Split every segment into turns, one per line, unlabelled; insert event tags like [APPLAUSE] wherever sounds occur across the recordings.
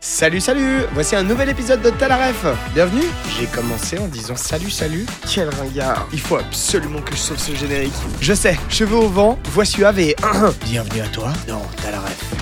Salut, salut Voici un nouvel épisode de Talaref
Bienvenue
J'ai commencé en disant salut, salut.
Quel ringard
Il faut absolument que je sauve ce générique. Je sais, cheveux au vent, voix suave et... Bienvenue à toi Non, Talaref.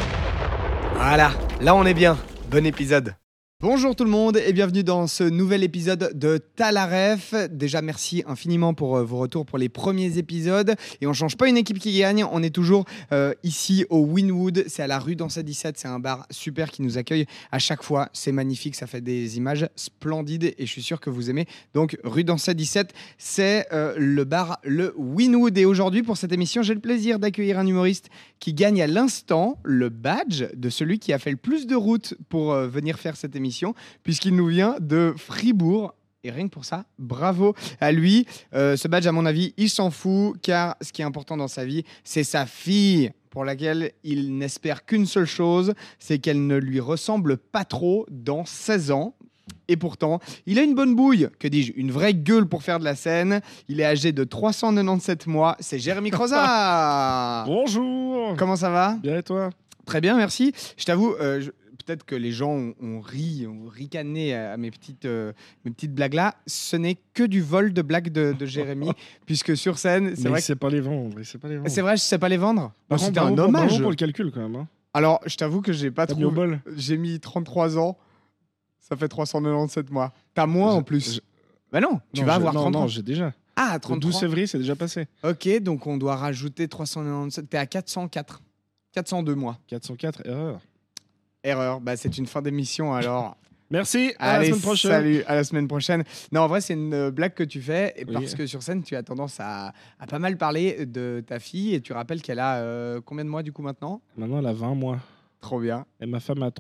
Voilà, là on est bien. Bon épisode.
Bonjour tout le monde et bienvenue dans ce nouvel épisode de Talaref. Déjà merci infiniment pour euh, vos retours pour les premiers épisodes et on change pas une équipe qui gagne, on est toujours euh, ici au Winwood, c'est à la rue Dansa 17, c'est un bar super qui nous accueille à chaque fois, c'est magnifique, ça fait des images splendides et je suis sûr que vous aimez. Donc rue Dansa 17, c'est euh, le bar le Winwood et aujourd'hui pour cette émission, j'ai le plaisir d'accueillir un humoriste qui gagne à l'instant le badge de celui qui a fait le plus de routes pour euh, venir faire cette émission, puisqu'il nous vient de Fribourg. Et rien que pour ça, bravo à lui. Euh, ce badge, à mon avis, il s'en fout, car ce qui est important dans sa vie, c'est sa fille, pour laquelle il n'espère qu'une seule chose, c'est qu'elle ne lui ressemble pas trop dans 16 ans. Et pourtant, il a une bonne bouille, que dis-je, une vraie gueule pour faire de la scène. Il est âgé de 397 mois, c'est Jérémy Croza
Bonjour
Ah. Mm. Comment ça va
Bien et toi
Très bien, merci. Je t'avoue, euh, je- peut-être que les gens ont, ont ri, ont ricané à à mes petites, euh, mes petites blagues là. Ce n'est que du vol de blagues de, de [LAUGHS] Jérémy, puisque sur scène, c'est
Mais
vrai.
il sait pas les vendre, il sait pas les Ah,
que-
vendre.
C'est vrai, je sais pas les vendre. Bon,
Par contre,
C'était un
bravo pour- bravo
hommage.
pour le calcul quand même. Hein.
Alors, je t'avoue que j'ai pas
T'as mis au
trouvé.
bol.
J'ai mis 33 ans. Ça fait 397 mois. T'as moins
Je-
en plus.
je-
Bah non, tu
Non,
vas
j'ai-
avoir
non,
30
Non,
ans.
j'ai déjà.
Ah,
Le 12
32.
février, c'est déjà passé.
Ok, donc on doit rajouter 397. T'es à 404. 402 mois.
404, erreur.
Erreur. Bah, c'est une fin d'émission alors.
Merci, à
Allez,
la semaine prochaine
Salut, à la semaine prochaine. Non, en vrai, c'est une euh, blague que tu fais et
Oui.
parce que sur scène, tu as tendance à, à pas mal parler de ta fille et tu rappelles qu'elle a euh, combien de mois du coup maintenant
Maintenant, elle a 20 mois.
Trop bien.
Et ma femme a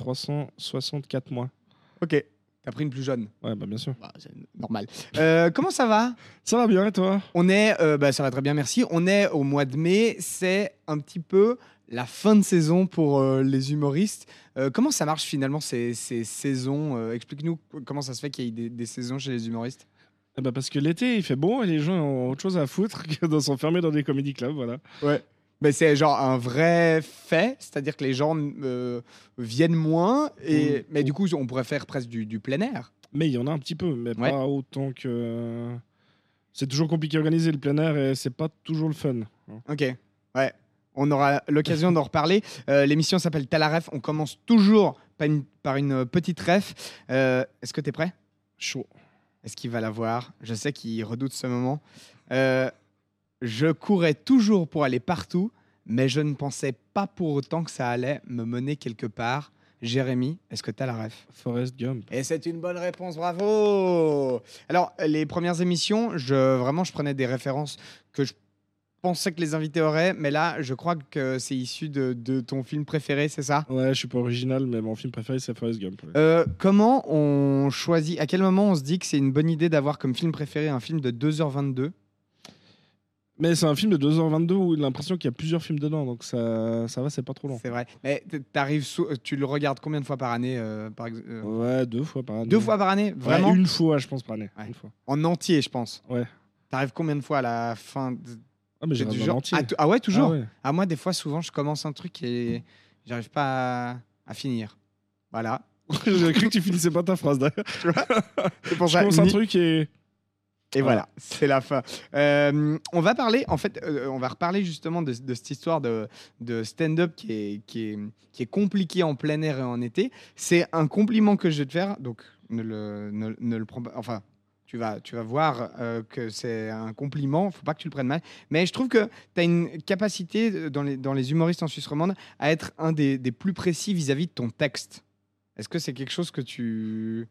364 mois.
Ok. T'as pris une plus jeune.
Ouais, bah bien sûr.
Bah, c'est [LAUGHS] normal. Euh, comment ça va
Ça va bien et toi
On est, euh, bah, ça va très bien, merci. On est au mois de mai. C'est un petit peu la fin de saison pour euh, les humoristes. Euh, comment ça marche finalement ces, ces saisons Euh, Explique-nous comment ça se fait qu'il y ait des- des saisons chez les humoristes.
Eh bah Parce que l'été, il fait bon et les gens ont autre chose à foutre [LAUGHS] que de s'enfermer dans des comédie clubs, voilà.
Mais c'est genre un vrai fait, c'est-à-dire que les gens euh, viennent moins, et...
Mm.
mais du coup on pourrait faire presque du, du plein air.
Mais il y en a un petit peu, mais
Ouais.
pas autant que... euh, C'est toujours compliqué à organiser le plein air et c'est pas toujours le fun. hein.
Ok, ouais, on aura l'occasion d'en reparler. Euh, L'émission s'appelle Talaref, on commence toujours par une, par une petite ref. Euh, Est-ce que t'es prêt
Chaud.
Est-ce qu'il va la voir Je sais qu'il redoute ce moment. Euh, je courais toujours pour aller partout, mais je ne pensais pas pour autant que ça allait me mener quelque part. Jérémy, est-ce que t'as la ref
Forest Gump.
Et c'est une bonne réponse, bravo Alors, les premières émissions, je, vraiment, je prenais des références que je pensais que les invités auraient, mais là, je crois que c'est issu de, de ton film préféré, c'est ça
Ouais, je suis pas original, mais mon film préféré, c'est Forrest Gump. ouais.
Euh, Comment on choisit, à quel moment on se dit que c'est une bonne idée d'avoir comme film préféré un film de 2h22
Mais c'est un film de 2h22 où il a l'impression qu'il y a plusieurs films dedans, donc ça, ça va, c'est pas trop long.
C'est vrai. Mais t- t'arrives sou- euh, tu le regardes combien de fois par année euh, par ex- euh,
Ouais, deux fois par année.
Deux fois par année
Ouais,
Vraiment
Une fois, je pense, par année.
Ouais.
Une fois.
En entier, je pense.
Ouais.
T'arrives combien de fois à la fin de-
Ah, mais j'ai
du
regardé
genre
en entier.
Ah, t- ah ouais, toujours
Ah ouais. [LAUGHS]
Ah, moi, des fois, souvent, je commence un truc et j'arrive pas à, à finir. Voilà.
j'ai cru que tu finissais pas ta phrase d'ailleurs.
C'est pour
Je commence un truc et.
Et voilà, c'est la fin. Euh, on va parler, en fait, euh, on va reparler justement de, de cette histoire de, de stand-up qui est, qui, est, qui est compliquée en plein air et en été. C'est un compliment que je vais te faire, donc ne le, ne, ne le prends pas. Enfin, tu vas, tu vas voir euh, que c'est un compliment, faut pas que tu le prennes mal. Mais je trouve que tu as une capacité euh, dans les, dans les humoristes en Suisse romande à être un des, des plus précis vis-à-vis de ton texte. Est-ce que c'est quelque chose que tu.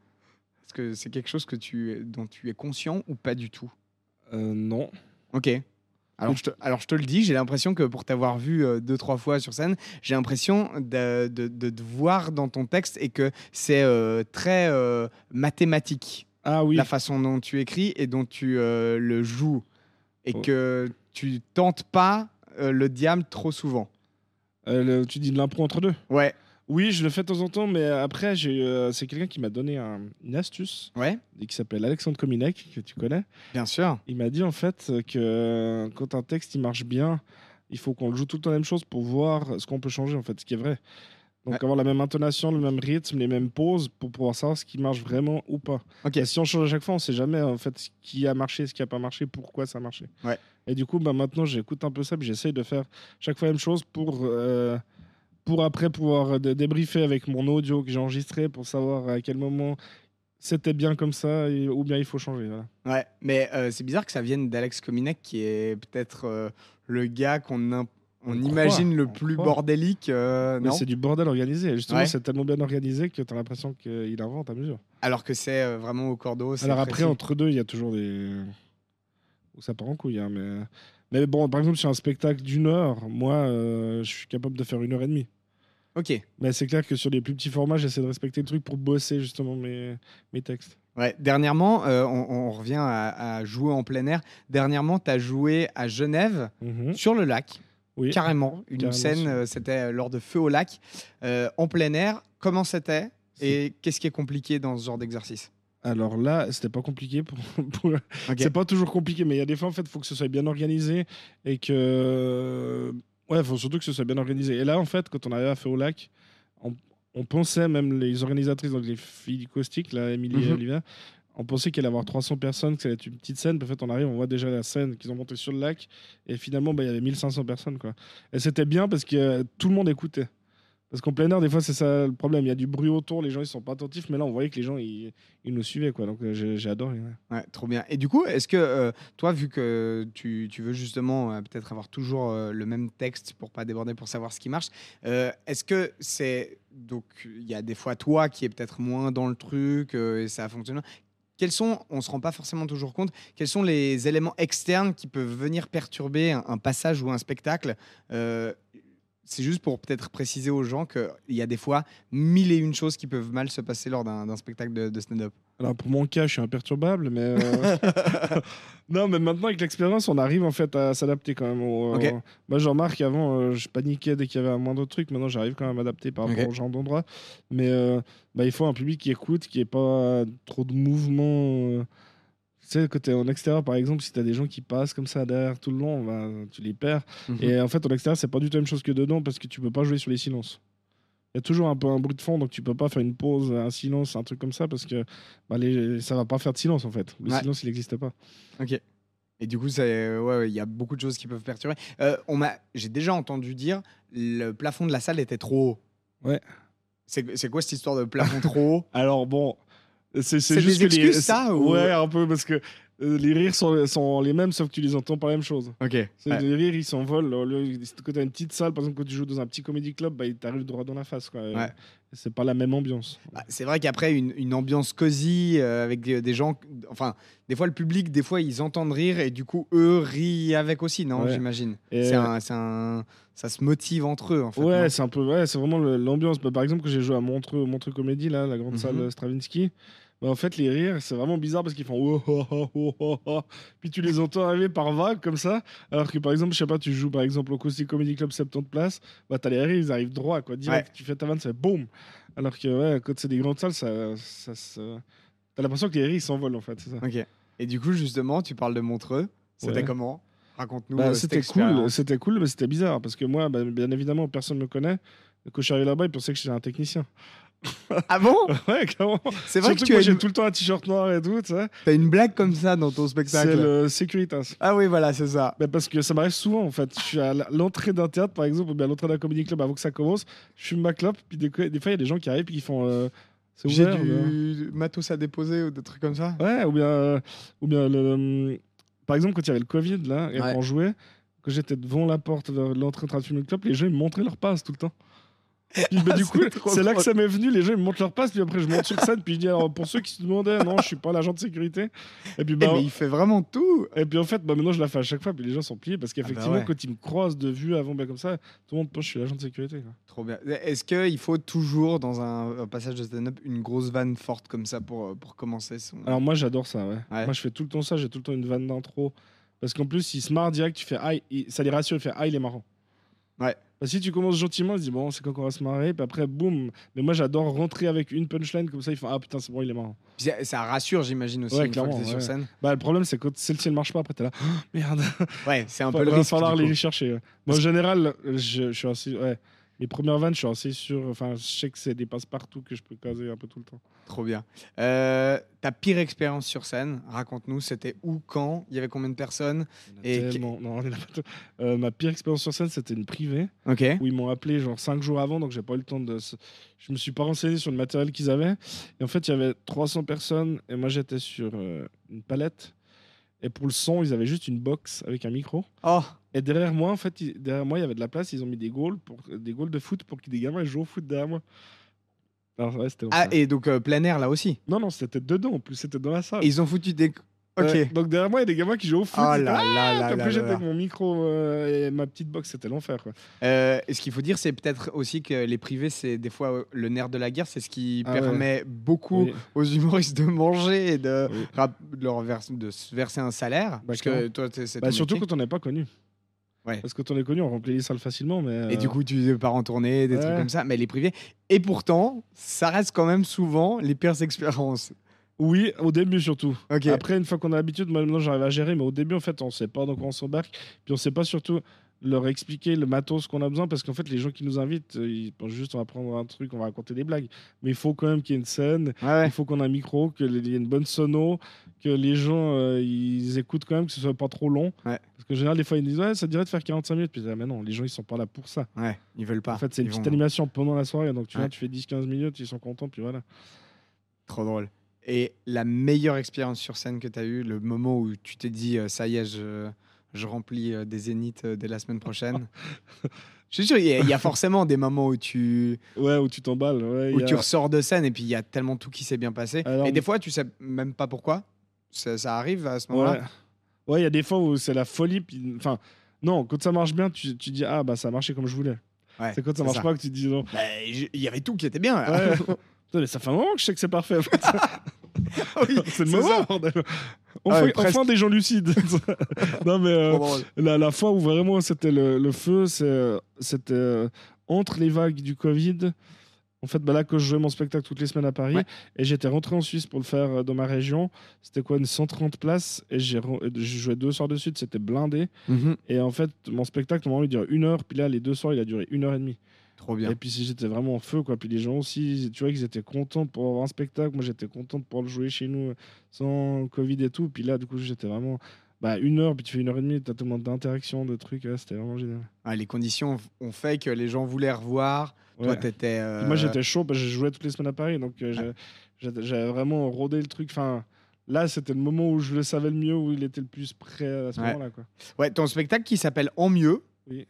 Est-ce que c'est quelque chose que tu, dont tu es conscient ou pas du tout
Euh, non.
Ok. Alors je, te, alors je te le dis, j'ai l'impression que pour t'avoir vu euh, deux, trois fois sur scène, j'ai l'impression de, de, de te voir dans ton texte et que c'est euh, très euh, mathématique
Ah oui.
la façon dont tu écris et dont tu euh, le joues. Et
Oh.
que tu tentes pas euh, le diable trop souvent.
Euh, le- tu dis de l'impro entre deux.
Ouais.
Oui, je le fais de temps en temps, mais après, j'ai, euh, c'est quelqu'un qui m'a donné un- une astuce
Ouais,
et qui s'appelle Alexandre Kominek, que tu connais.
bien sûr.
Il m'a dit en fait euh, que euh, quand un texte il marche bien, il faut qu'on le joue tout le temps la même chose pour voir ce qu'on peut changer en fait, ce qui est vrai. Donc
Ouais.
avoir la même intonation, le même rythme, les mêmes pauses pour pouvoir savoir ce qui marche vraiment ou pas.
Ok.
Et si on change à chaque fois, on sait jamais en fait ce qui a marché, ce qui a pas marché, pourquoi ça a marché.
Ouais.
Et du coup, bah, maintenant j'écoute un peu ça, puis j'essaye de faire chaque fois la même chose pour euh, pour après pouvoir dé- débriefer avec mon audio que j'ai enregistré pour savoir à quel moment c'était bien comme ça et- ou bien il faut changer. voilà.
Ouais, mais euh, c'est bizarre que ça vienne d'Alex Kominek, qui est peut-être euh, le gars qu'on im- on
On
imagine
croit,
le
on
plus
croit.
bordélique. euh,
Mais
non
c'est du bordel organisé. Et Justement,
Ouais.
c'est tellement bien organisé que tu as l'impression qu'il invente à mesure.
Alors que c'est euh, vraiment au cordeau. c'est
Alors
précis.
après, entre deux, il y a toujours des. où ça part en couille. hein, mais... mais bon, par exemple, sur un spectacle d'une heure, moi, euh, je suis capable de faire une heure et demie.
Ok.
Mais c'est clair que sur les plus petits formats, j'essaie de respecter le truc pour bosser justement mes, mes textes.
Ouais, dernièrement, euh, on, on revient à, à jouer en plein air. Dernièrement, tu as joué à Genève,
Mhm.
sur le lac,
Oui.
carrément. Une
Carrément,
scène,
sur-
euh, c'était lors de Feu au lac, euh, en plein air. Comment c'était Et qu'est-ce qui est compliqué dans ce genre d'exercice
Alors là, c'était pas compliqué pour, [LAUGHS] pour-
Ok.
C'est pas toujours compliqué, mais il y a des fois, en fait, il faut que ce soit bien organisé et que. Ouais, faut surtout que ce soit bien organisé. Et là, en fait, quand on arrivait à Feu au Lac, on, on pensait, même les organisatrices, donc les filles caustiques, là, Émilie
Mhm.
et Olivia, on pensait qu'il allait y avoir 300 personnes, que ça allait être une petite scène. Puis, en fait, on arrive, on voit déjà la scène qu'ils ont montée sur le lac. Et finalement, bah, il y avait 1500 personnes, quoi. Et c'était bien parce que euh, tout le monde écoutait. Parce qu'en plein air, des fois, c'est ça le problème. Il y a du bruit autour, les gens, ils sont pas attentifs. Mais là, on voyait que les gens, ils, ils nous suivaient, quoi. Donc, euh, j'ai j'ai adoré. ouais.
Ouais, trop bien. Et du coup, est-ce que euh, toi, vu que tu, tu veux justement euh, peut-être avoir toujours euh, le même texte pour pas déborder, pour savoir ce qui marche, euh, est-ce que c'est donc il y a des fois toi qui est peut-être moins dans le truc euh, et ça fonctionne. Quels sont, on se rend pas forcément toujours compte, quels sont les éléments externes qui peuvent venir perturber un, un passage ou un spectacle Euh, C'est juste pour peut-être préciser aux gens qu'il y a des fois mille et une choses qui peuvent mal se passer lors d'un d'un spectacle de, de stand-up.
Alors pour mon cas, je suis imperturbable, mais
[LAUGHS]
euh, non, mais maintenant avec l'expérience, on arrive en fait à s'adapter quand même. au-
Ok.
au- Moi, je remarque avant, euh, je paniquais dès qu'il y avait un moindre truc. Maintenant, j'arrive quand même à m'adapter par rapport
Ok.
au genre d'endroit. Mais euh, bah, il faut un public qui écoute, qui ait pas trop de mouvement. euh. Tu sais, quand t'es en extérieur, par exemple, si t'as des gens qui passent comme ça derrière tout le long, bah, tu les perds. Et en fait, en extérieur, c'est pas du tout la même chose que dedans parce que tu peux pas jouer sur les silences. Il y a toujours un peu un bruit de fond, donc tu peux pas faire une pause, un silence, un truc comme ça parce que bah, les- ça va pas faire de silence en fait. Le
Ouais.
silence, il n'existe pas.
Et du coup, ça, euh, ouais, ouais, il y a beaucoup de choses qui peuvent perturber. Euh, on m'a, j'ai déjà entendu dire le plafond de la salle était trop haut.
Ouais.
C'est, c'est quoi cette histoire de plafond trop
[LAUGHS]
haut
Alors bon, c'est
C'est
c'est juste
des
que les-
excuses,
c'est-
ça, ou-
Ouais, un peu parce que euh, les rires sont, sont les mêmes sauf que tu les entends pas la même chose.
Ok.
C'est- Les rires, ils s'envolent. Au lieu- Quand t'as une petite salle, par exemple, quand tu joues dans un petit comédie club, bah, ils t'arrivent droit dans la face. quoi.
Ouais.
C'est pas la même ambiance.
Ah, c'est vrai qu'après une, une ambiance cosy euh, avec des, des gens, enfin, des fois le public, des fois ils entendent rire et du coup eux rient avec aussi, non
Ouais.
J'imagine.
Et-
C'est un, c'est un- ça se motive entre eux en fait. non
Ouais, c'est un peu, ouais, c'est vraiment le- l'ambiance. Bah, par exemple, que j'ai joué à Montreux, Montreux Comédie, là, la grande
Mhm.
salle euh, Stravinsky. Bah, en fait, les rires, c'est vraiment bizarre parce qu'ils font oh, oh, oh, oh, oh, oh. puis tu les entends arriver par vagues comme ça. Alors que par exemple, je sais pas, tu joues par exemple au Costi Comedy Club 70 places, bah t'as les rires, ils arrivent droit quoi. Direct, tu fais ta vanne, ça fait boum. Alors que ouais, quand c'est des grandes salles, ça, ça, se- t'as l'impression que les rires ils s'envolent en fait. c'est ça.
Ok. Et du coup, justement, tu parles de Montreux. C'était
Ouais.
comment Raconte-nous.
Bah,
euh, cette
c'était cool, [LAUGHS]
expérience.
c'était cool, mais c'était bizarre parce que moi, bah, bien évidemment, personne me connaît. Quand je suis arrivé là-bas, ils pensaient que j'étais
[LAUGHS]
un technicien.
Ah bon
ouais, clairement.
C'est vrai
Surtout
que tu
moi,
as
j'ai
une,
tout le temps un t-shirt noir et tout, tu sais.
t'as une blague comme ça dans ton
C'est
spectacle.
le Securitas.
Ah oui, voilà, c'est ça.
Bah, parce que ça m'arrive souvent en fait. Je suis à la- l'entrée d'un théâtre par exemple, ou bien à l'entrée d'un comédie club avant que ça commence. Je fume ma clope, puis des, co- des fois il y a des gens qui arrivent puis qui font. euh, c'est
J'ai
ouvert, ou
du matos à déposer ou des trucs comme ça.
bien- Ouais, ou bien. euh, ou bien le, hum, par exemple, quand il y avait le Covid là, et
Ouais.
qu'on jouait, que j'étais devant la porte vers l'entrée en train de fumer le clope, les gens ils me montraient leur passe tout le temps. Puis,
[LAUGHS]
bah, du
C'est
coup,
trop
c'est là
drôle.
que ça m'est venu. Les gens ils me montrent leur passe, puis après je monte sur scène, puis je dis alors pour ceux qui se demandaient, non, je suis pas l'agent de sécurité. Et puis
Eh,
bah,
mais il fait vraiment tout.
Et puis en fait, bah, maintenant je la fais à chaque fois, puis les gens sont pliés parce qu'effectivement,
Ah bah ouais.
quand ils me croisent de vue avant, bah, comme ça, tout le monde pense que je suis l'agent de sécurité. quoi.
Trop bien. Est-ce qu'il faut toujours, dans un, un passage de stand-up, une grosse vanne forte comme ça pour, euh, pour commencer son.
Alors moi, j'adore ça, ouais.
Ouais.
Moi, je fais tout le temps ça, j'ai tout le temps une vanne d'intro. Parce qu'en plus, ils se marrent direct, tu fais ah, il- ça les rassure, il fait ah, il est marrant.
Ouais.
Bah, si tu commences gentiment, ils se disent bon, c'est quand qu'on va se marrer, puis après, boum. Mais moi, j'adore rentrer avec une punchline, comme ça, ils font ah putain, c'est bon, il est marrant.
Puis ça, ça rassure, j'imagine aussi,
Ouais,
une fois que t'es
clairement,
sur
ouais.
scène.
Bah, le problème, c'est quand celle-ci, elle marche pas, après, t'es là, Ah, merde.
Ouais, c'est un
Il
peu le
va
risque.
falloir
du
les
coup.
chercher. ouais. Moi, en général, je, je suis assis. Ouais. Mais Les premières vannes, je suis assez sûr. Enfin, je sais que c'est des passe-partout que je peux caser un peu tout le temps.
Trop bien. Euh, ta pire expérience sur scène, raconte-nous, c'était où, quand, il y avait combien de personnes
Il y en a
Et que-
tellement- non, il y en a pas tout. Euh, ma pire expérience sur scène, c'était une privée
Ok.
où ils m'ont appelé genre cinq jours avant, donc j'ai pas eu le temps de. se- Je me suis pas renseigné sur le matériel qu'ils avaient. Et en fait, il y avait 300 personnes et moi j'étais sur euh, une palette. Et pour le son, ils avaient juste une box avec un micro.
Oh,
Et derrière moi, en fait, il- derrière moi, il y avait de la place. Ils ont mis des goals, pour, des goals de foot pour que des gamins ils jouent au foot derrière moi. Alors, ouais, c'était
ah,
l'enfer.
et donc euh, plein air là aussi.
Non, non, c'était dedans. En plus, c'était dans la salle.
Et ils ont foutu des. Ok.
Ah. Ouais, donc derrière moi, il y a des gamins qui jouent au foot.
Oh là
Ils étaient,
là là
Ah,
là
puis
là
j'étais
là.
avec mon micro euh, et ma petite box, c'était l'enfer. quoi.
Euh, ce qu'il faut dire, c'est peut-être aussi que les privés, c'est des fois euh, le nerf de la guerre. C'est ce qui
Ah ouais.
permet beaucoup
Oui. Bah,
aux humoristes de manger et de,
Oui.
rap- de leur vers- de se verser un salaire. Parce que
clairement.
toi, t'es- c'est
Bah,
ton
surtout
métier.
quand on n'est pas connu.
Ouais.
Parce que quand on est connu, on remplit les salles facilement. Mais,
Et du
euh,
coup, tu pars en tournée, des trucs
ouais.
comme ça, mais les privés. Et pourtant, ça reste quand même souvent les pires expériences.
Oui, au début surtout.
Ok.
Après, une fois qu'on a l'habitude, moi, maintenant j'arrive à gérer, mais au début, en fait, on sait pas, donc on s'embarque. Puis on sait pas surtout leur expliquer le matos qu'on a besoin, parce qu'en fait, les gens qui nous invitent, euh, ils pensent juste on va prendre un truc, on va raconter des blagues. Mais il faut quand même qu'il y ait une scène,
Ouais, ouais.
il faut qu'on ait un micro, qu'il y ait une bonne sono, que les gens euh, ils écoutent quand même, que ce soit pas trop long.
Ouais.
Parce qu'en général, des fois, ils disent ouais, ça te dirait de faire 45 minutes. Puis je dis, ah, mais non, les gens ils sont pas là pour ça.
Ouais, ils veulent pas.
En fait, c'est une
Ils
petite
vont-
animation pendant la soirée, donc tu
Ouais.
viens, tu fais 10-15 minutes, ils sont contents, puis voilà.
Trop drôle. Et la meilleure expérience sur scène que tu as eue, le moment où tu t'es dit, euh, ça y est, je, je remplis euh, des zéniths euh, dès la semaine
[LAUGHS]
prochaine Je suis sûr, il y, a- il y a forcément des moments où tu,
Ouais, ou tu t'emballes. Ouais,
où
il y a-
tu ressors de scène et puis il y a tellement tout qui s'est bien passé.
Alors-
et des fois, tu sais même pas pourquoi. Ça, ça arrive à ce moment-là.
Ouais, Ouais, il y a des fois où c'est la folie. puis- Enfin, non, quand ça marche bien, tu, tu dis ah bah ça a marché comme je voulais.
Ouais,
c'est quand ça marche pas que tu te dis non.
Bah, je- Il y avait tout qui était bien. là. [LAUGHS]
Ouais. [LAUGHS] Putain, mais ça fait un moment que je sais que c'est parfait. en fait.
Ah Oui,
[LAUGHS]
c'est
c'est le moment.
ça.
bordel.
Ah
Enfin,
ouais, presque.
enfin, des gens lucides. [LAUGHS] non mais euh,
Trop drôle.
la, la fois où vraiment c'était le, le feu, c'est, euh, c'était euh, entre les vagues du Covid. En fait, bah là, que je jouais mon spectacle toutes les semaines à Paris,
Ouais.
et j'étais rentré en Suisse pour le faire euh, dans ma région, c'était quoi, une 130 places, et j'ai, re- je jouais deux soirs de suite, c'était blindé.
Mhm.
Et en fait, mon spectacle, normalement, il dure une heure, puis là, les deux soirs, il a duré une heure et demie.
Trop bien.
Et puis si j'étais vraiment en feu, quoi. Puis les gens aussi, tu vois, qu'ils étaient contents pour avoir un spectacle. Moi, j'étais content de pouvoir le jouer chez nous euh, sans Covid et tout. Puis là, du coup, j'étais vraiment. Bah, une heure, puis tu fais une heure et demie, t'as tellement d'interactions, de trucs, ouais, c'était vraiment génial.
Ah, les conditions ont fait que les gens voulaient revoir. Toi,
Ouais.
t'étais.
Puis
euh,
Moi, j'étais chaud parce que je jouais toutes les semaines à Paris, donc euh, j'ai- j'étais- j'avais vraiment rodé le truc. Enfin, là, c'était le moment où je le savais le mieux, où il était le plus prêt à ce
Ouais.
moment-là, quoi.
Ouais, ton spectacle qui s'appelle En mieux.
Oui.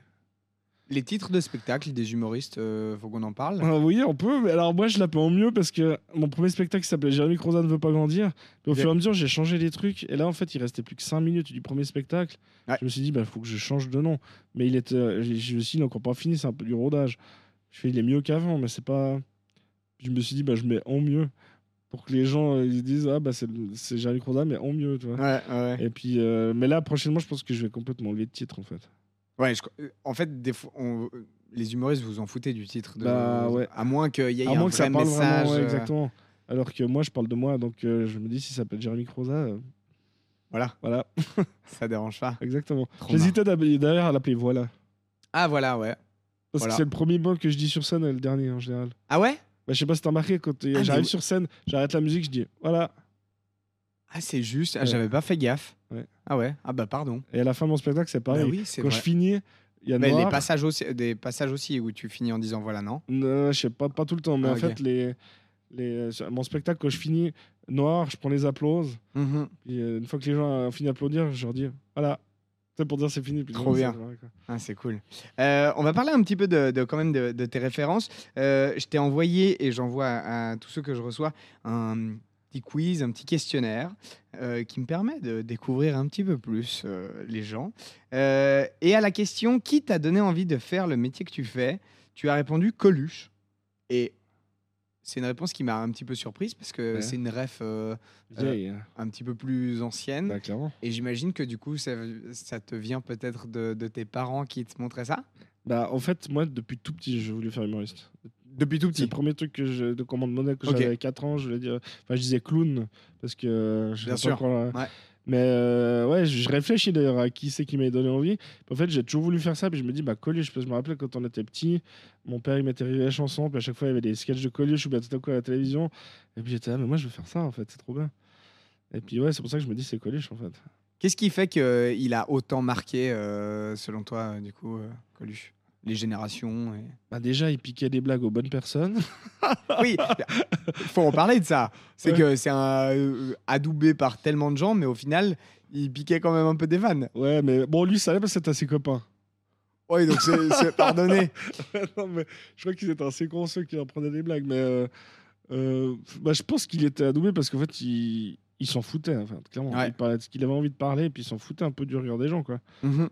Les titres de spectacle des humoristes, euh, faut qu'on en parle.
Ah oui, on peut. Mais alors moi, je l'appelle en mieux parce que mon premier spectacle s'appelait Jérémy Croza ne veut pas grandir. Puis au
Ok.
fur et à mesure, j'ai changé les trucs. Et là, en fait, il restait plus que 5 minutes du premier spectacle.
Ouais.
Je me suis dit, bah faut que je change de nom. Mais il était, je, je suis encore pas fini, c'est un peu du rodage. Je fais, il est mieux qu'avant, mais c'est pas. Je me suis dit, bah je mets en mieux pour que les gens euh, ils disent, ah bah c'est le- c'est Jérémy Croza, mais en mieux, tu vois.
Ouais, ouais.
Et puis, euh, mais là, prochainement, je pense que je vais complètement enlever de titre, en fait.
Ouais, je- euh, en fait, des fois, on- euh, les humoristes vous en foutez du titre. De...
Bah, ouais.
À moins qu'il y ait
À
un
moins que ça
vrai
parle
message.
vraiment, ouais,
euh,
exactement. Alors que moi, je parle de moi, donc euh, je me dis, si ça s'appelle Jérémy Croza, euh,
Voilà,
voilà, [LAUGHS]
ça dérange pas.
exactement.
Trop
J'hésitais d'ab- d'ailleurs à l'appeler Voilà.
Ah voilà, ouais.
Parce
Voilà.
que c'est le premier mot que je dis sur scène et le dernier en général.
Ah ouais
Bah, je sais pas si t'as remarqué, quand euh,
Ah, mais
j'arrive
ouais.
sur scène, j'arrête la musique, je dis Voilà.
Ah c'est juste, ah,
Ouais.
j'avais pas fait gaffe.
Ouais.
Ah ouais, ah bah pardon.
Et à la fin de mon spectacle, c'est
Bah
pareil.
oui, c'est
quand
vrai.
je finis, il y a
Mais les
Noir.
passages aussi, des passages aussi où tu finis en disant voilà non.
Euh, je sais pas, pas tout le temps, mais
Ah,
en
ok.
fait, les, les, sur mon spectacle, quand je finis Noir, je prends les applauses.
Mhm.
Puis euh, une fois que les gens ont fini d'applaudir, je leur dis Voilà. C'est pour dire c'est fini. Puis les
Trop
gens,
bien.
c'est vrai, quoi.
Ah, c'est cool. Euh, on va parler un petit peu de, de- quand même de, de tes références. Euh, je t'ai envoyé, et j'envoie à, à tous ceux que je reçois, un petit quiz, un petit questionnaire euh, qui me permet de découvrir un petit peu plus euh, les gens. Euh, et à la question qui t'a donné envie de faire le métier que tu fais, tu as répondu Coluche. Et c'est une réponse qui m'a un petit peu surprise parce que
Ouais.
c'est une ref euh,
Vieille, hein.
un petit peu plus ancienne.
Bah, clairement.
Et j'imagine que du coup, ça, ça te vient peut-être de, de tes parents qui te montraient ça
Bah, en fait, moi, depuis tout petit, je voulais faire humoriste.
Depuis tout
C'est le premier truc que je, de commande modèle que
Ok.
j'avais à 4 ans, je voulais dire. Enfin, je disais clown parce que euh, je
Bien
savais pas
sûr.
encore, euh,
Ouais.
Mais euh, ouais, je je réfléchis d'ailleurs à qui c'est qui m'a donné envie. En fait, j'ai toujours voulu faire ça, puis je me dis, bah Coluche, parce que je me rappelle quand on était petit, mon père il mettait la chanson, puis à chaque fois il y avait des sketchs de Coluche ou bien tout à coup à la télévision. Et puis j'étais, ah, mais moi je veux faire ça en fait, c'est trop bien. Et puis ouais, c'est pour ça que je me dis, c'est Coluche en fait.
Qu'est-ce qui fait qu'il a autant marqué, euh, selon toi, euh, du coup, euh, Coluche Les générations [LAUGHS] et-
Bah déjà, il piquait des blagues aux bonnes personnes. [LAUGHS]
Oui, faut en parler de ça. C'est
Ouais.
que c'est un, euh, adoubé par tellement de gens, mais au final, il piquait quand même un peu des vannes.
Ouais, mais bon, lui, ça allait parce que c'était à ses copains.
Oui, donc [LAUGHS] c'est c'est pardonné.
[LAUGHS] non, mais je crois qu'ils étaient assez cons ceux qui en prenaient des blagues. Mais euh, euh, bah, je pense qu'il était adoubé parce qu'en fait, il, il s'en foutait. Enfin, clairement,
Ouais.
il parlait de ce qu'il avait envie de parler et puis il s'en foutait un peu du regard des gens. Quoi.
Mhm.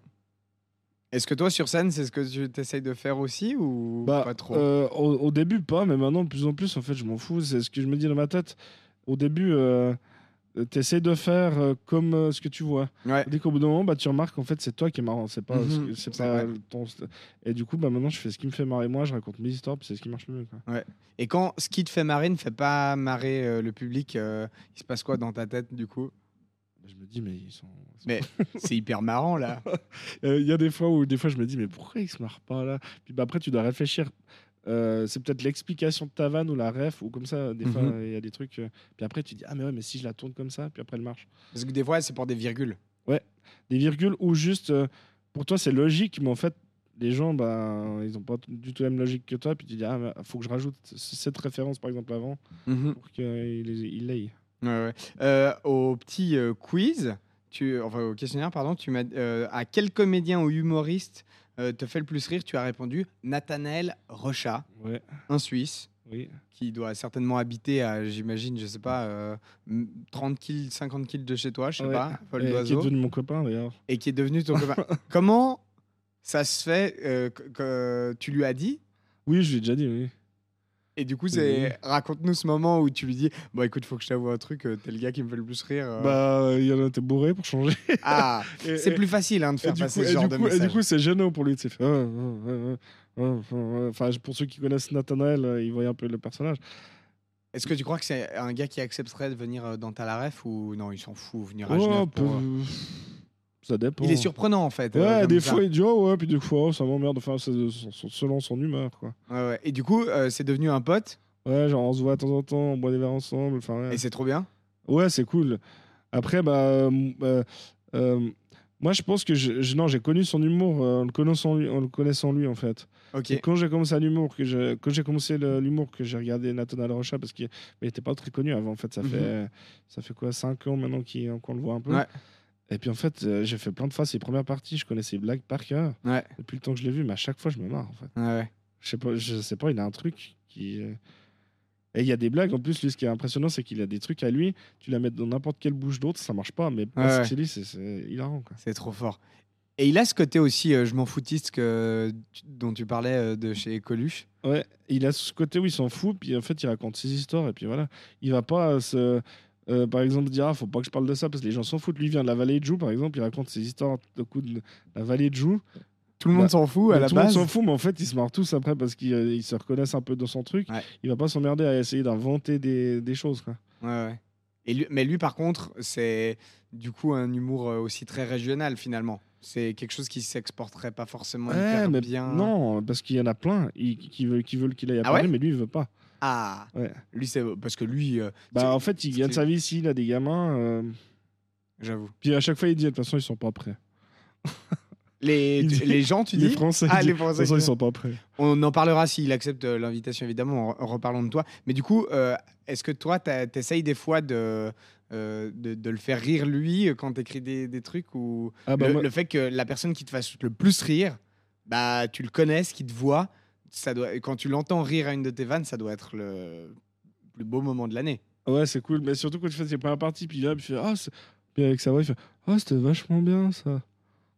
Est-ce que toi, sur scène, c'est ce que tu t'essayes de faire aussi ou
Bah,
pas trop
euh, au, au début, pas, mais maintenant, de plus en plus, en fait, je m'en fous. C'est ce que je me dis dans ma tête. Au début, euh, t'essayes de faire euh, comme euh, ce que tu vois.
Ouais.
Dès qu'au bout d'un moment, bah, tu remarques en fait c'est toi qui est marrant, c'est pas,
Mhm,
ce que- c'est
c'est
pas
vrai.
ton. Et du coup, bah, maintenant je fais ce qui me fait marrer moi, je raconte mes histoires, puis c'est ce qui marche le mieux. Quoi.
Et quand ce qui te fait marrer ne fait pas marrer euh, le public, euh, il se passe quoi dans ta tête du coup
Bah, Je me dis, mais ils sont. ils sont
Mais c'est hyper marrant là.
Euh, Il y a des fois où des fois je me dis mais pourquoi il se marre pas là Puis bah, après tu dois réfléchir. Euh, c'est peut-être l'explication de ta vanne ou la ref ou comme ça. Des fois
Mhm.
il y a des trucs. euh, puis après tu dis ah mais ouais mais si je la tourne comme ça puis après elle marche.
Parce que des fois, c'est pour des virgules.
Des virgules ou juste euh, pour toi c'est logique mais en fait les gens bah ils ont pas t- du tout la même logique que toi puis tu dis ah mais faut que je rajoute c- cette référence par exemple avant pour qu'il il l'aille.
Mmh Ouais, ouais. Euh, au petit euh, quiz, tu, enfin au questionnaire, pardon, tu m'as euh, à quel comédien ou humoriste euh, te fait le plus rire Tu as répondu Nathanaël Rocha,
Ouais
un Suisse
oui.
qui doit certainement habiter à, j'imagine, je sais pas, euh, m- 30 kills, 50 kills de chez toi, je sais
Ouais.
pas, Paul
Et Eh, qui est
d'oiseau,
devenu mon copain d'ailleurs.
et qui est devenu ton
[LAUGHS]
copain. Comment ça se fait euh, que, que tu lui as dit
Oui je l'ai déjà dit oui.
et du coup, c'est raconte-nous ce moment où tu lui dis Bon, écoute, faut que je t'avoue un truc, euh, t'es le gars qui me fait le plus rire. euh.
Bah il y en a été bourré pour changer.
Ah
[LAUGHS] Et-
C'est
et-
plus facile hein, de
Et
faire
du, coup,
passer
et
ce
du
genre de
coup- et du
message.
coup, c'est gênant pour lui. tu sais, fait, Ah, ah, ah, ah, ah, ah. Enfin, je- pour ceux qui connaissent Nathanaël, euh, ils voient un peu le personnage.
Est-ce que tu crois que c'est un gars qui accepterait de venir euh, dans Talaref ou non, il s'en fout, venir à
Ouais,
Genève
un
pour,
Oh, peu-
euh,
Ça dépend.
Il est surprenant en fait. euh,
Ouais,
comme
des
ça.
fois il dit oh ouais, puis des fois oh, ça m'emmerde. Enfin, c'est de- son- son- selon son humeur quoi.
Ouais, ouais. Et du coup, euh, c'est devenu un pote
Ouais, genre on se voit de temps en temps, on boit des verres ensemble. Enfin, ouais.
et c'est trop bien.
Ouais, c'est cool. Après, bah, euh, euh, euh, moi je pense que je- je- non, j'ai connu son humour euh, en le connaissant lui, en le connaissant lui en fait.
Ok.
Et quand j'ai commencé à l'humour, que j'ai- quand j'ai commencé le- l'humour, que j'ai regardé Nathan Alrocha, parce qu'il n'était pas très connu avant, en fait, ça,
Mhm.
fait, ça fait quoi, 5 ans maintenant qu'il- qu'on le voit un peu
Ouais.
Et puis en fait, euh, j'ai fait plein de fois ses premières parties, je connaissais Black par cœur,
Ouais.
depuis le temps que je l'ai vu, mais à chaque fois, je me marre, en fait.
Ouais, ouais.
Je sais pas, je sais pas il a un truc qui... euh, Et il y a des blagues, en plus, lui, ce qui est impressionnant, c'est qu'il a des trucs à lui, tu la mets dans n'importe quelle bouche d'autre, ça marche pas, mais parce que
ouais.
c'est lui, c'est- c'est hilarant, quoi.
C'est trop fort. Et il a ce côté aussi, euh, je m'en foutiste que, tu- dont tu parlais euh, de chez Coluche.
Ouais, il a ce côté où il s'en fout, puis en fait, il raconte ses histoires, et puis voilà. Il va pas euh, se. euh, par exemple, dire, ah, faut pas que je parle de ça parce que les gens s'en foutent. Lui il vient de la vallée de Joux, par exemple, il raconte ses histoires de coup de la vallée de Joux.
Tout le monde
Bah,
s'en fout à
Donc,
la
tout le monde
base.
s'en fout, mais en fait, ils se marrent tous après parce qu'ils euh, ils se reconnaissent un peu dans son truc.
Ouais.
Il va pas s'emmerder à essayer d'inventer des, des choses. Quoi.
Ouais, ouais. Et lui- mais lui, par contre, c'est du coup un humour euh, aussi très régional finalement. C'est quelque chose qui s'exporterait pas forcément hyper
mais
bien.
Non, parce qu'il y en a plein il- qui veulent qui veulent qu'il aille à
Ah
Paris,
ouais
mais lui, il veut pas.
Ah.
Ouais.
Lui, c'est parce que lui, euh, C'est-
Bah, en fait, il
c'est-
gagne sa vie ici, il a des gamins. euh,
j'avoue.
Puis à chaque fois, il dit, de toute façon, ils sont pas prêts.
Les,
Il dit-
les gens, tu
les
dis.
Français,
Ah,
il dit,
les
de toute
Français.
façon, ils sont pas prêts.
On en parlera s'il accepte euh, l'invitation, évidemment, en en reparlant de toi. Mais du coup, euh, est-ce que toi, t'as- t'essayes des fois de, euh, de, de le faire rire lui euh, quand t'écris des, des trucs ou
Ah, bah,
le,
moi-
le fait que la personne qui te fasse le plus rire, bah, tu le connaisses, qui te voit, ça doit, quand tu l'entends rire à une de tes vannes, ça doit être le plus beau moment de l'année.
Ouais, c'est cool. Mais surtout quand tu fais tes premières parties, puis là, puis tu fais Ah, c'est- puis avec sa voix, il fait Ah, c'était vachement bien ça.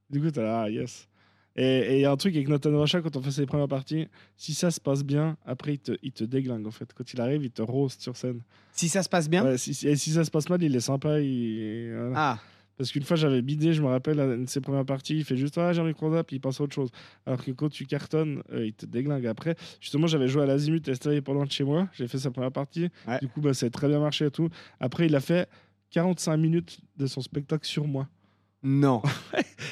Du coup, t'as là, ah, yes. Et- Et il y a un truc avec Nathan Rocha, quand on fait ses premières parties, si ça se passe bien, après, il te, il te déglingue en fait. Quand il arrive, il te roast sur scène.
Si ça se passe bien,
Ouais, si, si- et si ça se passe mal, il est sympa. il- voilà.
ah,
Parce qu'une fois, j'avais bidé, je me rappelle, à une de ses premières parties, il fait juste Ah, j'ai un micro puis il passe à autre chose. Alors que quand tu cartonnes, euh, il te déglingue. Après, justement, j'avais joué à l'Azimut, et c'était pas loin de chez moi. J'ai fait sa première partie.
Ouais.
Du coup, bah, ça a très bien marché et tout. Après, il a fait 45 minutes de son spectacle sur moi.
Non.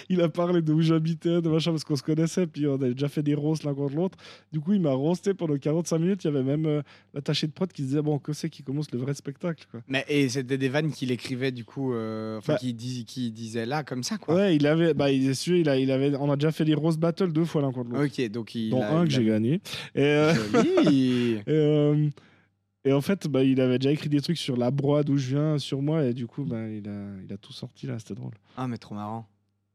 Il a parlé de où j'habitais, de machin, parce qu'on se connaissait, puis on avait déjà fait des roasts l'un contre l'autre. Du coup, il m'a roasté pendant 45 minutes. Il y avait même euh, l'attaché de prod qui se disait Bon, que c'est qui commence le vrai spectacle quoi.
Mais et c'était des vannes qu'il écrivait du coup, euh, enfin
Bah-
qui, dis- qui disait là comme ça quoi.
Ouais, il avait, bah, il est sûr, il a, il avait, on a déjà fait des roast battles deux fois l'un contre l'autre,
Ok, donc il.
dont
a-
un que
il
j'ai
a-
gagné. Et, euh,
[LAUGHS] Joli.
Et, euh, et en fait, bah, il avait déjà écrit des trucs sur la broie d'où je viens, sur moi, et du coup, bah, il, a, il a tout sorti là, c'était drôle.
Ah mais trop marrant.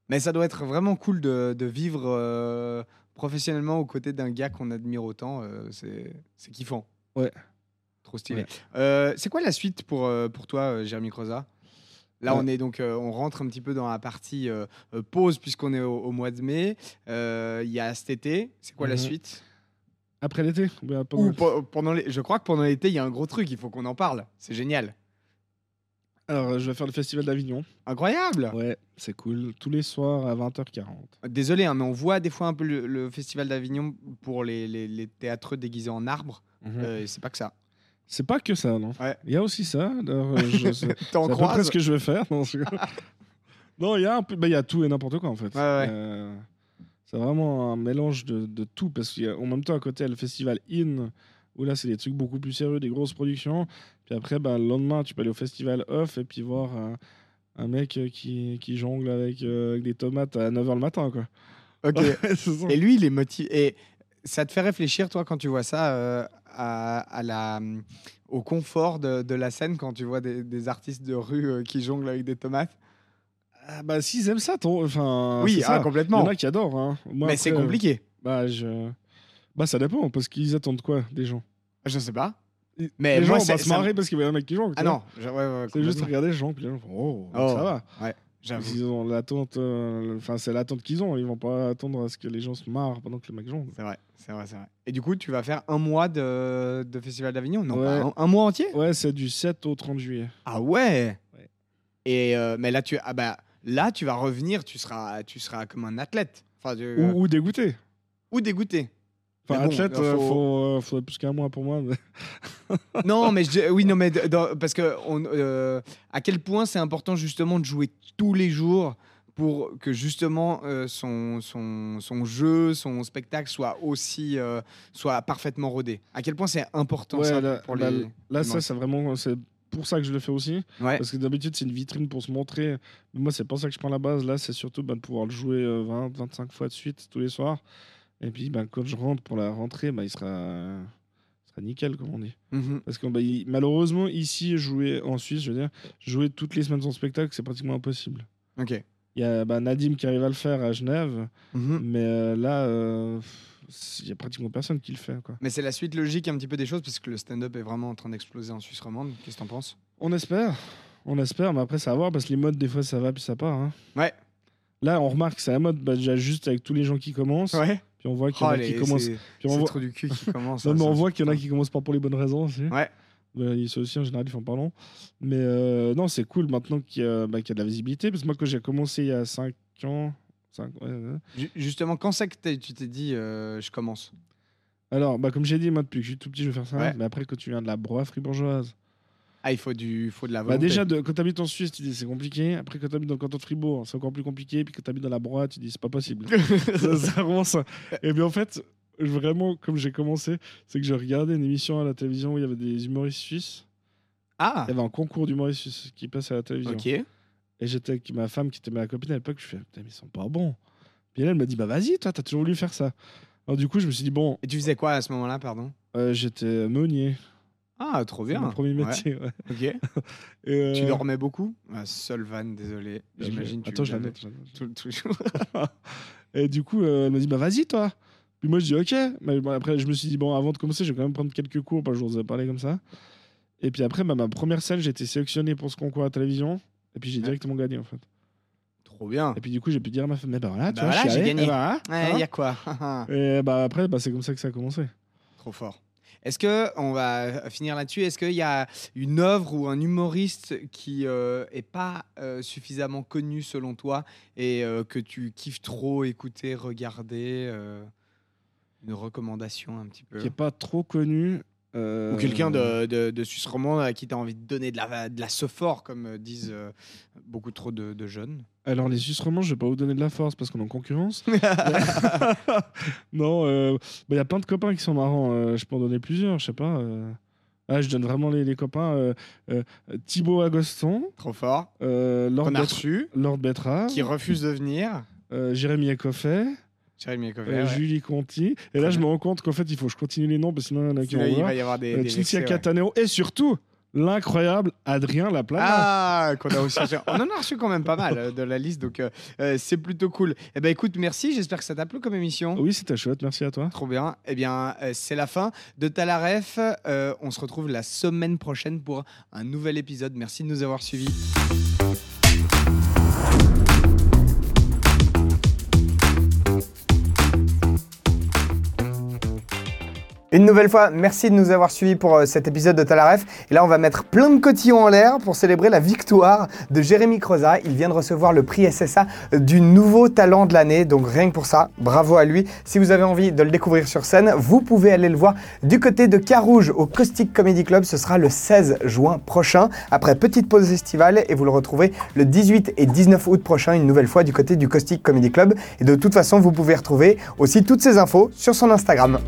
Mais ça doit être vraiment cool de, de vivre euh, professionnellement aux côtés d'un gars qu'on admire autant. euh, c'est c'est kiffant.
Ouais.
Trop stylé.
Ouais.
Euh, c'est quoi la suite pour, euh, pour toi, euh, Jérémy Croza Là,
Ouais.
on est donc, euh, on rentre un petit peu dans la partie euh, euh, pause puisqu'on est au, au mois de mai. Euh, Il y a cet été. C'est quoi la
Mhm.
suite
Après l'été bah, pendant-
Ou pe- pendant les- Je crois que pendant l'été, il y a un gros truc. Il faut qu'on en parle. C'est génial.
Alors, je vais faire le festival d'Avignon.
Incroyable.
Ouais, c'est cool. Tous les soirs à 20h40.
Désolé, hein, mais on voit des fois un peu le, le festival d'Avignon pour les, les, les théâtreux déguisés en arbres.
Mm.
Euh, et c'est pas que ça.
C'est pas que ça, non
Ouais.
Il y a aussi ça. Alors, euh,
[LAUGHS]
je, c'est
T'en
c'est à peu près
croises
ce que je vais faire. Non, c'est-
[LAUGHS]
Non, il y a un peu- bah, il y a tout et n'importe quoi en fait.
Ouais, ouais.
Euh, c'est vraiment un mélange de, de tout parce qu'en même temps à côté il y a le festival In où là c'est des trucs beaucoup plus sérieux, des grosses productions. Puis après bah, le lendemain tu peux aller au festival Off et puis voir un, un mec euh, qui, qui jongle avec, euh, avec des tomates à 9h le matin quoi.
Ok.
[LAUGHS]
[LAUGHS]
C'est ça.
et lui, il est motivé. Et ça te fait réfléchir, toi, quand tu vois ça, euh, à, à la, mm, au confort de, de la scène, quand tu vois des, des artistes de rue euh, qui jonglent avec des tomates
Ah, bah s'ils aiment ça, ton... enfin
Oui,
c'est
ah,
ça. il y en
complètement.
a qui adorent. hein. Moi,
Mais c'est
après, euh,
compliqué.
Bah, je... bah ça dépend parce qu'ils attendent quoi des gens.
Je sais pas.
Et-
Mais
les
Eh, moi,
gens vont
c'est-
pas se
ça me-
marrer parce qu'il y a un mec qui jongle. tu
Ah
vois.
non, je- ouais, ouais, ouais,
C'est juste
complètement.
regarder les gens, puis les gens font Oh,
Oh.
ça va.
J'avoue.
Ils ont l'attente, euh, enfin, c'est l'attente qu'ils ont. Ils vont pas attendre à ce que les gens se marrent pendant que le mec jongle.
C'est vrai, c'est vrai, c'est vrai. Et du coup, tu vas faire un mois de, de Festival d'Avignon Non,
Ouais.
pas un, un mois entier
Ouais, c'est du 7 au 30 juillet.
Ah ouais,
Ouais.
Et euh, mais là, tu, ah bah, là, tu vas revenir, tu seras, tu seras comme un athlète. Enfin, tu-
Ou,
euh,
ou dégoûté.
ou dégoûté.
Enfin,
Mais bon,
athlète,
là,
euh,
faut-
faut, euh, faudrait plus qu'un mois pour moi. mais-
non, mais je dis- oui, non, mais de- dans- parce que on, euh, à quel point c'est important justement de jouer tous les jours pour que justement euh, son, son, son jeu, son spectacle soit aussi euh, soit parfaitement rodé. À quel point c'est important
Ouais,
ça
là,
pour
là,
les.
là, ça,
manques.
c'est vraiment. C'est pour ça que je le fais aussi.
Ouais.
Parce que d'habitude, c'est une vitrine pour se montrer. Mais moi, c'est pour ça que je prends la base. Là, c'est surtout bah, de pouvoir le jouer euh, 20, 25 fois de suite tous les soirs. Et puis, bah, quand je rentre pour la rentrée, bah, il sera, il sera nickel, comme on dit.
Mhm.
Parce que bah, il- malheureusement, ici, jouer en Suisse, je veux dire, jouer toutes les semaines son spectacle, c'est pratiquement impossible.
Ok.
Il y a bah, Nadim qui arrive à le faire à Genève,
Mhm.
mais euh, là, euh, pff, il y a pratiquement personne qui le fait. Quoi.
Mais c'est la suite logique un petit peu des choses parce que le stand-up est vraiment en train d'exploser en Suisse romande. Qu'est-ce que t'en penses
On espère, on espère, mais après, ça va voir, parce que les modes, des fois, ça va puis ça part. hein.
Ouais.
Là, on remarque que c'est la mode, bah, déjà juste avec tous les gens qui commencent,
Ouais.
puis on voit qu'il y en
Oh,
a
les,
qui commencent.
c'est
Puis on
c'est
voit...
trop du cul
[LAUGHS]
qui commence.
Non,
hein,
mais on
ça.
voit qu'il y en a qui commencent pas pour les bonnes raisons aussi.
Ouais.
Bah, ils sont aussi en général, ils font pas long. Mais euh, non, c'est cool maintenant qu'il y, a- bah, qu'il y a de la visibilité. Parce que moi, quand j'ai commencé il y a 5 ans. cinq- ouais, ouais.
Ju- Justement, quand c'est que t'es- tu t'es dit euh, je commence
Alors, bah, comme j'ai dit, moi, depuis que je suis tout petit, je vais faire ça.
Ouais.
Mais après, quand tu viens de la broie fribourgeoise.
Ah, il faut, du, faut de la
Bah,
volonté. [LAUGHS]
déjà, de, quand tu habites en Suisse, tu dis c'est compliqué. Après, quand tu habites dans le canton de Fribourg, c'est encore plus compliqué. Puis quand tu habites dans la broie, tu dis c'est
[LAUGHS]
pas possible. Ça, c'est vraiment ça. Et bien en fait, vraiment, comme j'ai commencé, c'est que je regardais une émission à la télévision où il y avait des humoristes suisses.
ah,
Il y avait un concours d'humoristes suisses qui passait à la télévision.
ok.
Et j'étais avec ma femme qui était ma copine à l'époque, je fais putain, mais ils sont pas bons. Puis elle, elle m'a dit, bah vas-y, toi, t'as toujours voulu faire ça. Alors du coup, je me suis dit, bon,
Et tu faisais quoi à ce moment-là, pardon
euh, j'étais meunier.
Ah, trop
C'est
bien.
mon premier
Ouais,
métier. ouais.
ok.
[LAUGHS] Et, euh,
Tu dormais beaucoup ah, Seul van, désolé.
je-
J'imagine tu
Attends, je la
l'avais
note, je la note.
tout- tout le jour. [LAUGHS]
Et du coup, euh, elle m'a dit, bah vas-y, toi. Puis moi, je dis, ok. Mais bon, après, je me suis dit, bon, avant de commencer, je vais quand même prendre quelques cours, parce que je vous ai parlé comme ça. Et puis après, bah, ma première scène, j'ai été sélectionné pour ce concours à la télévision. Et puis j'ai directement gagné, en fait.
Trop bien.
Et puis du coup, j'ai pu dire à ma femme, mais bah voilà, tu
Bah
vois, je
voilà, j'ai
suis allé.
gagné.
Eh bah, hein,
Ouais,
hein.
il y a quoi [LAUGHS] Ah,
Et bah après, bah, c'est comme ça que ça a commencé.
Trop fort. Est-ce que on va finir là-dessus Est-ce qu'il y a une œuvre ou un humoriste qui euh, est pas euh, suffisamment connu selon toi et euh, que tu kiffes trop écouter, regarder euh, Une recommandation un petit peu.
qui est pas trop connu. Euh,
Ou quelqu'un de, de, de suisse romand à qui t'as envie de donner de la, de la sephore, comme euh, disent euh, beaucoup trop de, de jeunes.
Alors, les Suisses romands, je vais pas vous donner de la force parce qu'on est en concurrence.
[LAUGHS]
[LAUGHS] non, il y a plein de copains qui sont marrants. euh, je peux en donner plusieurs, je sais pas. euh. Ah, je donne vraiment les, les copains. euh, euh, Thibaut Agoston,
Trop fort.
euh, Lord,
Qu'on a
Bet-
reçu,
Lord Betra,
qui refuse de venir.
euh, Jérémy Ecoffet,
Jérémy Cover.
euh,
ouais.
Julie Conti. Et là, je me rends compte qu'en fait, il faut que je continue les noms parce que sinon, il y en a qui
Sinon,
en
il
voient.
va y avoir des.
Euh,
des
Cinzia
excès, ouais.
Cataneo et surtout l'incroyable Adrien Laplana.
Ah, qu'on a aussi. On en a reçu quand même pas mal euh, de la liste, donc euh, euh, c'est plutôt cool. Eh ben écoute, merci. J'espère que ça t'a plu comme émission.
Oui, c'était chouette, merci à toi.
Trop bien. Eh bien, euh, c'est la fin de Talaref. Euh, on se retrouve la semaine prochaine pour un nouvel épisode. Merci de nous avoir suivis. Une nouvelle fois, merci de nous avoir suivis pour euh, cet épisode de Talaref. Et là, on va mettre plein de cotillons en l'air pour célébrer la victoire de Jérémy Croza. Il vient de recevoir le prix SSA du nouveau talent de l'année. Donc rien que pour ça, bravo à lui. Si vous avez envie de le découvrir sur scène, vous pouvez aller le voir du côté de Carouge au Caustic Comedy Club. Ce sera le 16 juin prochain, après petite pause estivale. Et vous le retrouvez le 18 et 19 août prochain, une nouvelle fois du côté du Caustic Comedy Club. Et de toute façon, vous pouvez retrouver aussi toutes ces infos sur son Instagram.